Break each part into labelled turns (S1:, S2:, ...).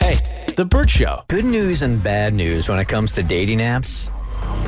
S1: Hey, The Burt Show.
S2: Good news and bad news when it comes to dating apps.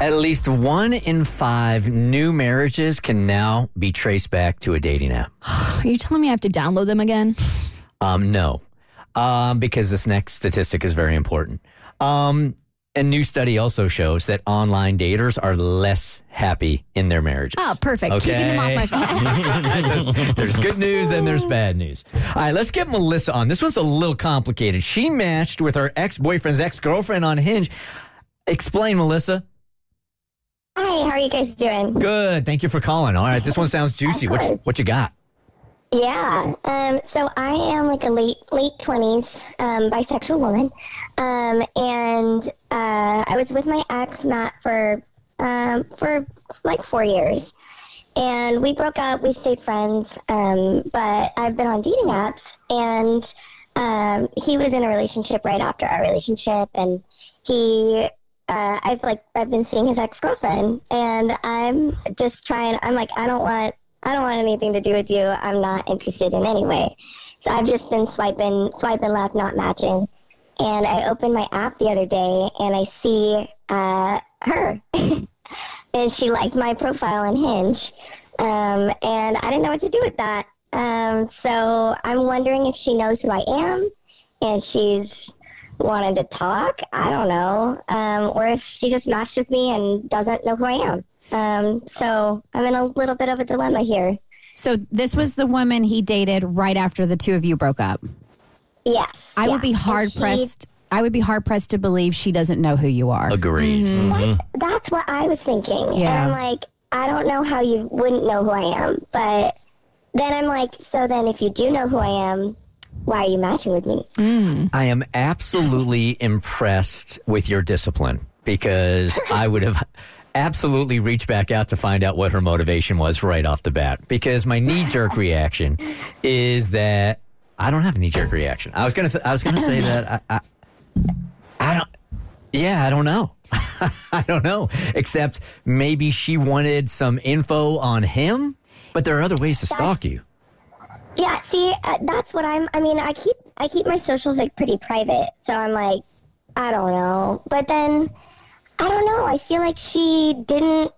S2: At least one in five new marriages can now be traced back to a dating app.
S3: Are you telling me I have to download them again?
S2: Um, no, um, because this next statistic is very important. Um, a new study also shows that online daters are less happy in their marriages.
S4: Ah,
S3: Oh, perfect. Keeping them off my phone.
S2: So there's good news and there's bad news. All right, let's get Melissa on. This one's a little complicated. She matched with her ex boyfriend's ex girlfriend on Hinge. Explain, Melissa.
S5: Hi, how are you guys doing?
S2: Good. Thank you for calling. All right, this one sounds juicy. What you, what you got?
S5: Yeah. Um, so I am like a late late twenties um, bisexual woman, um, and uh, I was with my ex Matt for um, for like four years, and we broke up. We stayed friends, um, but I've been on dating apps, and um, he was in a relationship right after our relationship, and he uh, I've like I've been seeing his ex girlfriend, and I'm just trying. I'm like I don't want I don't want anything to do with you. I'm not interested in anyway. So I've just been swiping swiping left, not matching. And I opened my app the other day, and I see uh, her, and she liked my profile on Hinge, um, and I didn't know what to do with that. Um, so I'm wondering if she knows who I am, and she's wanted to talk. I don't know. Um, or if she just matched with me and doesn't know who I am. Um, so I'm in a little bit of a dilemma here.
S4: So this was the woman he dated right after the two of you broke up.
S5: Yes.
S4: I would be
S5: yes.
S4: hard
S5: And she-
S4: pressed. I would be hard pressed to believe she doesn't know who you are.
S2: Agreed.
S3: Mm-hmm.
S5: That's what I was thinking.
S4: Yeah.
S5: And I'm like, I don't know how you wouldn't know who I am. But then I'm like, so then if you do know who I am, why are you matching with me?
S2: I am absolutely impressed with your discipline because I would have absolutely reached back out to find out what her motivation was right off the bat. Because my knee jerk reaction is that I don't have a knee jerk reaction. I was gonna th- I was gonna say that I, I I don't yeah I don't know. I don't know. Except maybe she wanted some info on him, but there are other ways to stalk you.
S5: Yeah, see, uh, that's what I'm. I mean, I keep I keep my socials like pretty private, so I'm like, I don't know. But then, I don't know. I feel like she didn't.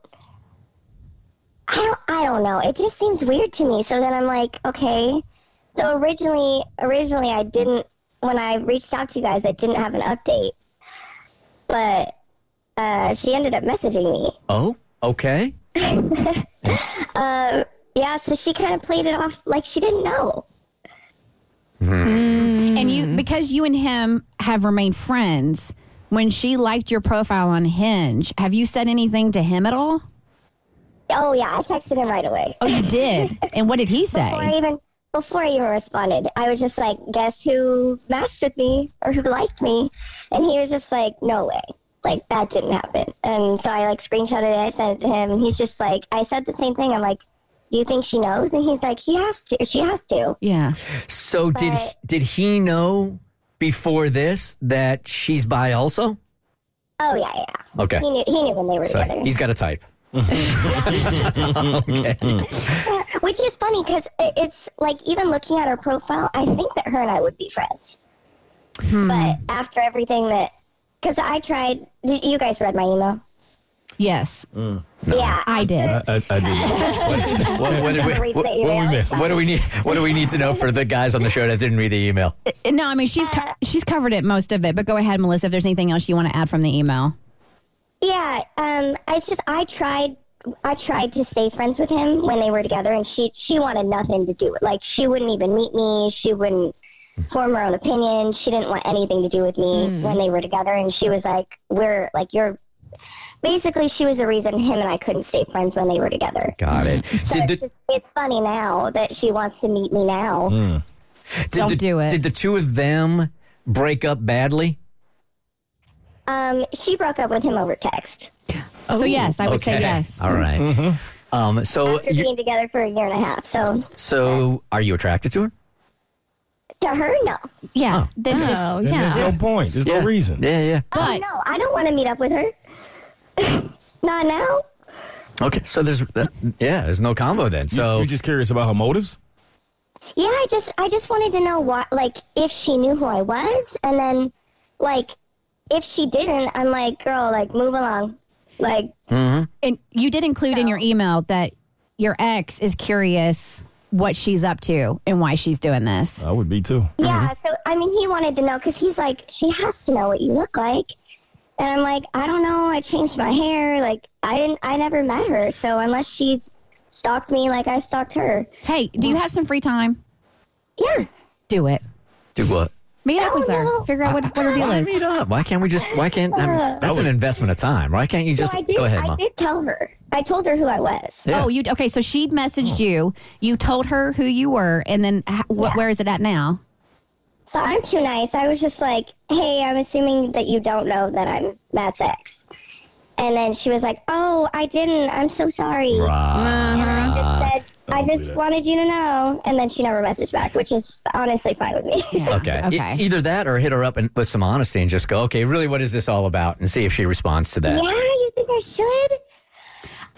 S5: I don't. I don't know. It just seems weird to me. So then I'm like, okay. So originally, originally I didn't. When I reached out to you guys, I didn't have an update. But uh, she ended up messaging me.
S2: Oh, okay.
S5: Uh, yeah, so she kind of played it off like she didn't know.
S4: And
S3: Mm-hmm.
S4: you because you and him have remained friends, when she liked your profile on Hinge, have you said anything to him at all?
S5: Oh yeah, I texted him right away.
S4: Oh, you did. and what did he
S5: Before I
S4: say?
S5: even before I even responded, I was just like, "Guess who matched with me or who liked me?" And he was just like, "No way." Like that didn't happen. And so I like screenshotted it, I sent it to him, and he's just like, "I said the same thing." I'm like, "Do you think she knows?" And he's like, "He has to. She has to."
S4: Yeah.
S2: So did he, did he know before this that she's bi also?
S5: Oh yeah, yeah.
S2: Okay.
S5: He knew. He knew when they were
S2: So
S5: together.
S2: he's got a type.
S5: Which is funny because it's like even looking at her profile, I think that her and I would be friends.
S2: Hmm.
S5: But after everything that, because I tried, you guys read my email.
S4: Yes,
S5: Yeah.
S4: I did.
S6: I, I do.
S2: What, what, did we,
S5: Read the
S2: what,
S6: What we
S5: email.
S6: missed?
S2: what do we need? What do we need to know for the guys on the show that didn't read the email?
S4: no, I mean she's co- she's covered it most of it. But go ahead, Melissa. If there's anything else you want to add from the email,
S5: Yeah, um, I just I tried I tried to stay friends with him when they were together, and she she wanted nothing to do with. Like she wouldn't even meet me. She wouldn't form her own opinion. She didn't want anything to do with me when they were together, and she was like, "We're like you're." Basically, she was the reason him and I couldn't stay friends when they were together.
S2: Got it. Did the,
S5: It's, just, it's funny now that she wants to meet me now.
S2: did
S4: Don't
S2: the,
S4: do it.
S2: Did the two of them break up badly?
S5: Um, she broke up with him over text
S3: Oh.
S4: so yes, I would say
S2: Okay.
S4: yes.
S2: All right.
S6: Mm-hmm.
S2: Um, so,
S5: after
S2: you,
S5: being together for a year and a half. So
S2: so are you attracted to her?
S5: to her, no.
S4: Yeah, then just
S3: Oh,
S6: Then
S3: yeah.
S6: There's no point. There's no reason.
S2: Yeah, yeah.
S5: Oh,
S4: but
S5: no, I don't want to meet up with her. Not now.
S2: Okay. So there's, uh, yeah, there's no combo then.
S6: So
S2: So
S6: you're just curious about her motives?
S5: Yeah, I just I just wanted to know what like if she knew who I was, and then like if she didn't, I'm like, girl, like move along. Like
S4: and you did include in your email that your ex is curious what she's up to and why she's doing this.
S6: I would be too.
S5: yeah. So I mean, he wanted to know because he's like, she has to know what you look like, and I'm like, I don't know. I changed my hair. Like I didn't. I never met her. So unless she stalked me like I stalked her,
S4: Hey, do you have some free time?
S5: yeah.
S4: Do it.
S2: do what?
S4: Meet up with her.
S5: no.
S4: Figure out what, what her deal
S2: Why
S4: is.
S2: meet up? Why can't we just? Why can't? I mean, that's an investment of time. Why can't you just
S5: So Uh, I did.
S2: go ahead,
S5: I
S2: mom?
S5: did tell her. I told her who I was.
S4: Oh, you okay? So she messaged
S6: Oh.
S4: you. You told her who you were, and then h- wh- where is it at now?
S5: So I'm too nice. I was just like, hey, I'm assuming that you don't know that I'm Matt's ex. And then she was like, oh, I didn't. I'm so sorry.
S2: Right.
S5: I just, said, I
S6: don't believe
S5: just
S6: it.
S5: wanted you to know. And then she never messaged back, which is honestly fine with me.
S4: Yeah.
S2: Okay. E-
S4: Okay.
S2: either that or hit her up and with some honesty and just go, okay, really, what is this all about? And see if she responds to
S5: yeah,
S2: that.
S5: you think I should?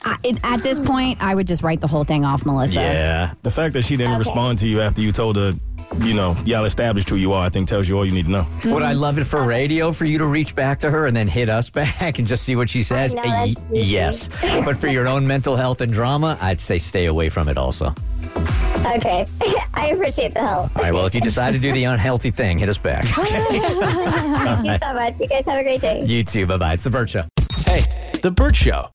S4: I, it- at this point, I would just write the whole thing off, Melissa.
S2: Yeah.
S6: The fact that she didn't respond to you after you told her, you know, y'all established who you are, I think tells you all you need to know.
S2: Would I love it for radio for you to reach back to her and then hit us back and just see what she says?
S5: know,
S2: Eh,
S5: that's
S2: y-
S5: easy.
S2: yes. But for your own mental health and drama, I'd say stay away from it also. All
S5: Okay. I appreciate the help.
S2: right. Well, if you decide to do the unhealthy thing, hit us back. Okay.
S5: Thank you so much. You guys have a great day.
S2: you too. Bye bye. It's the Bird Show.
S1: Hey, The Burt Show.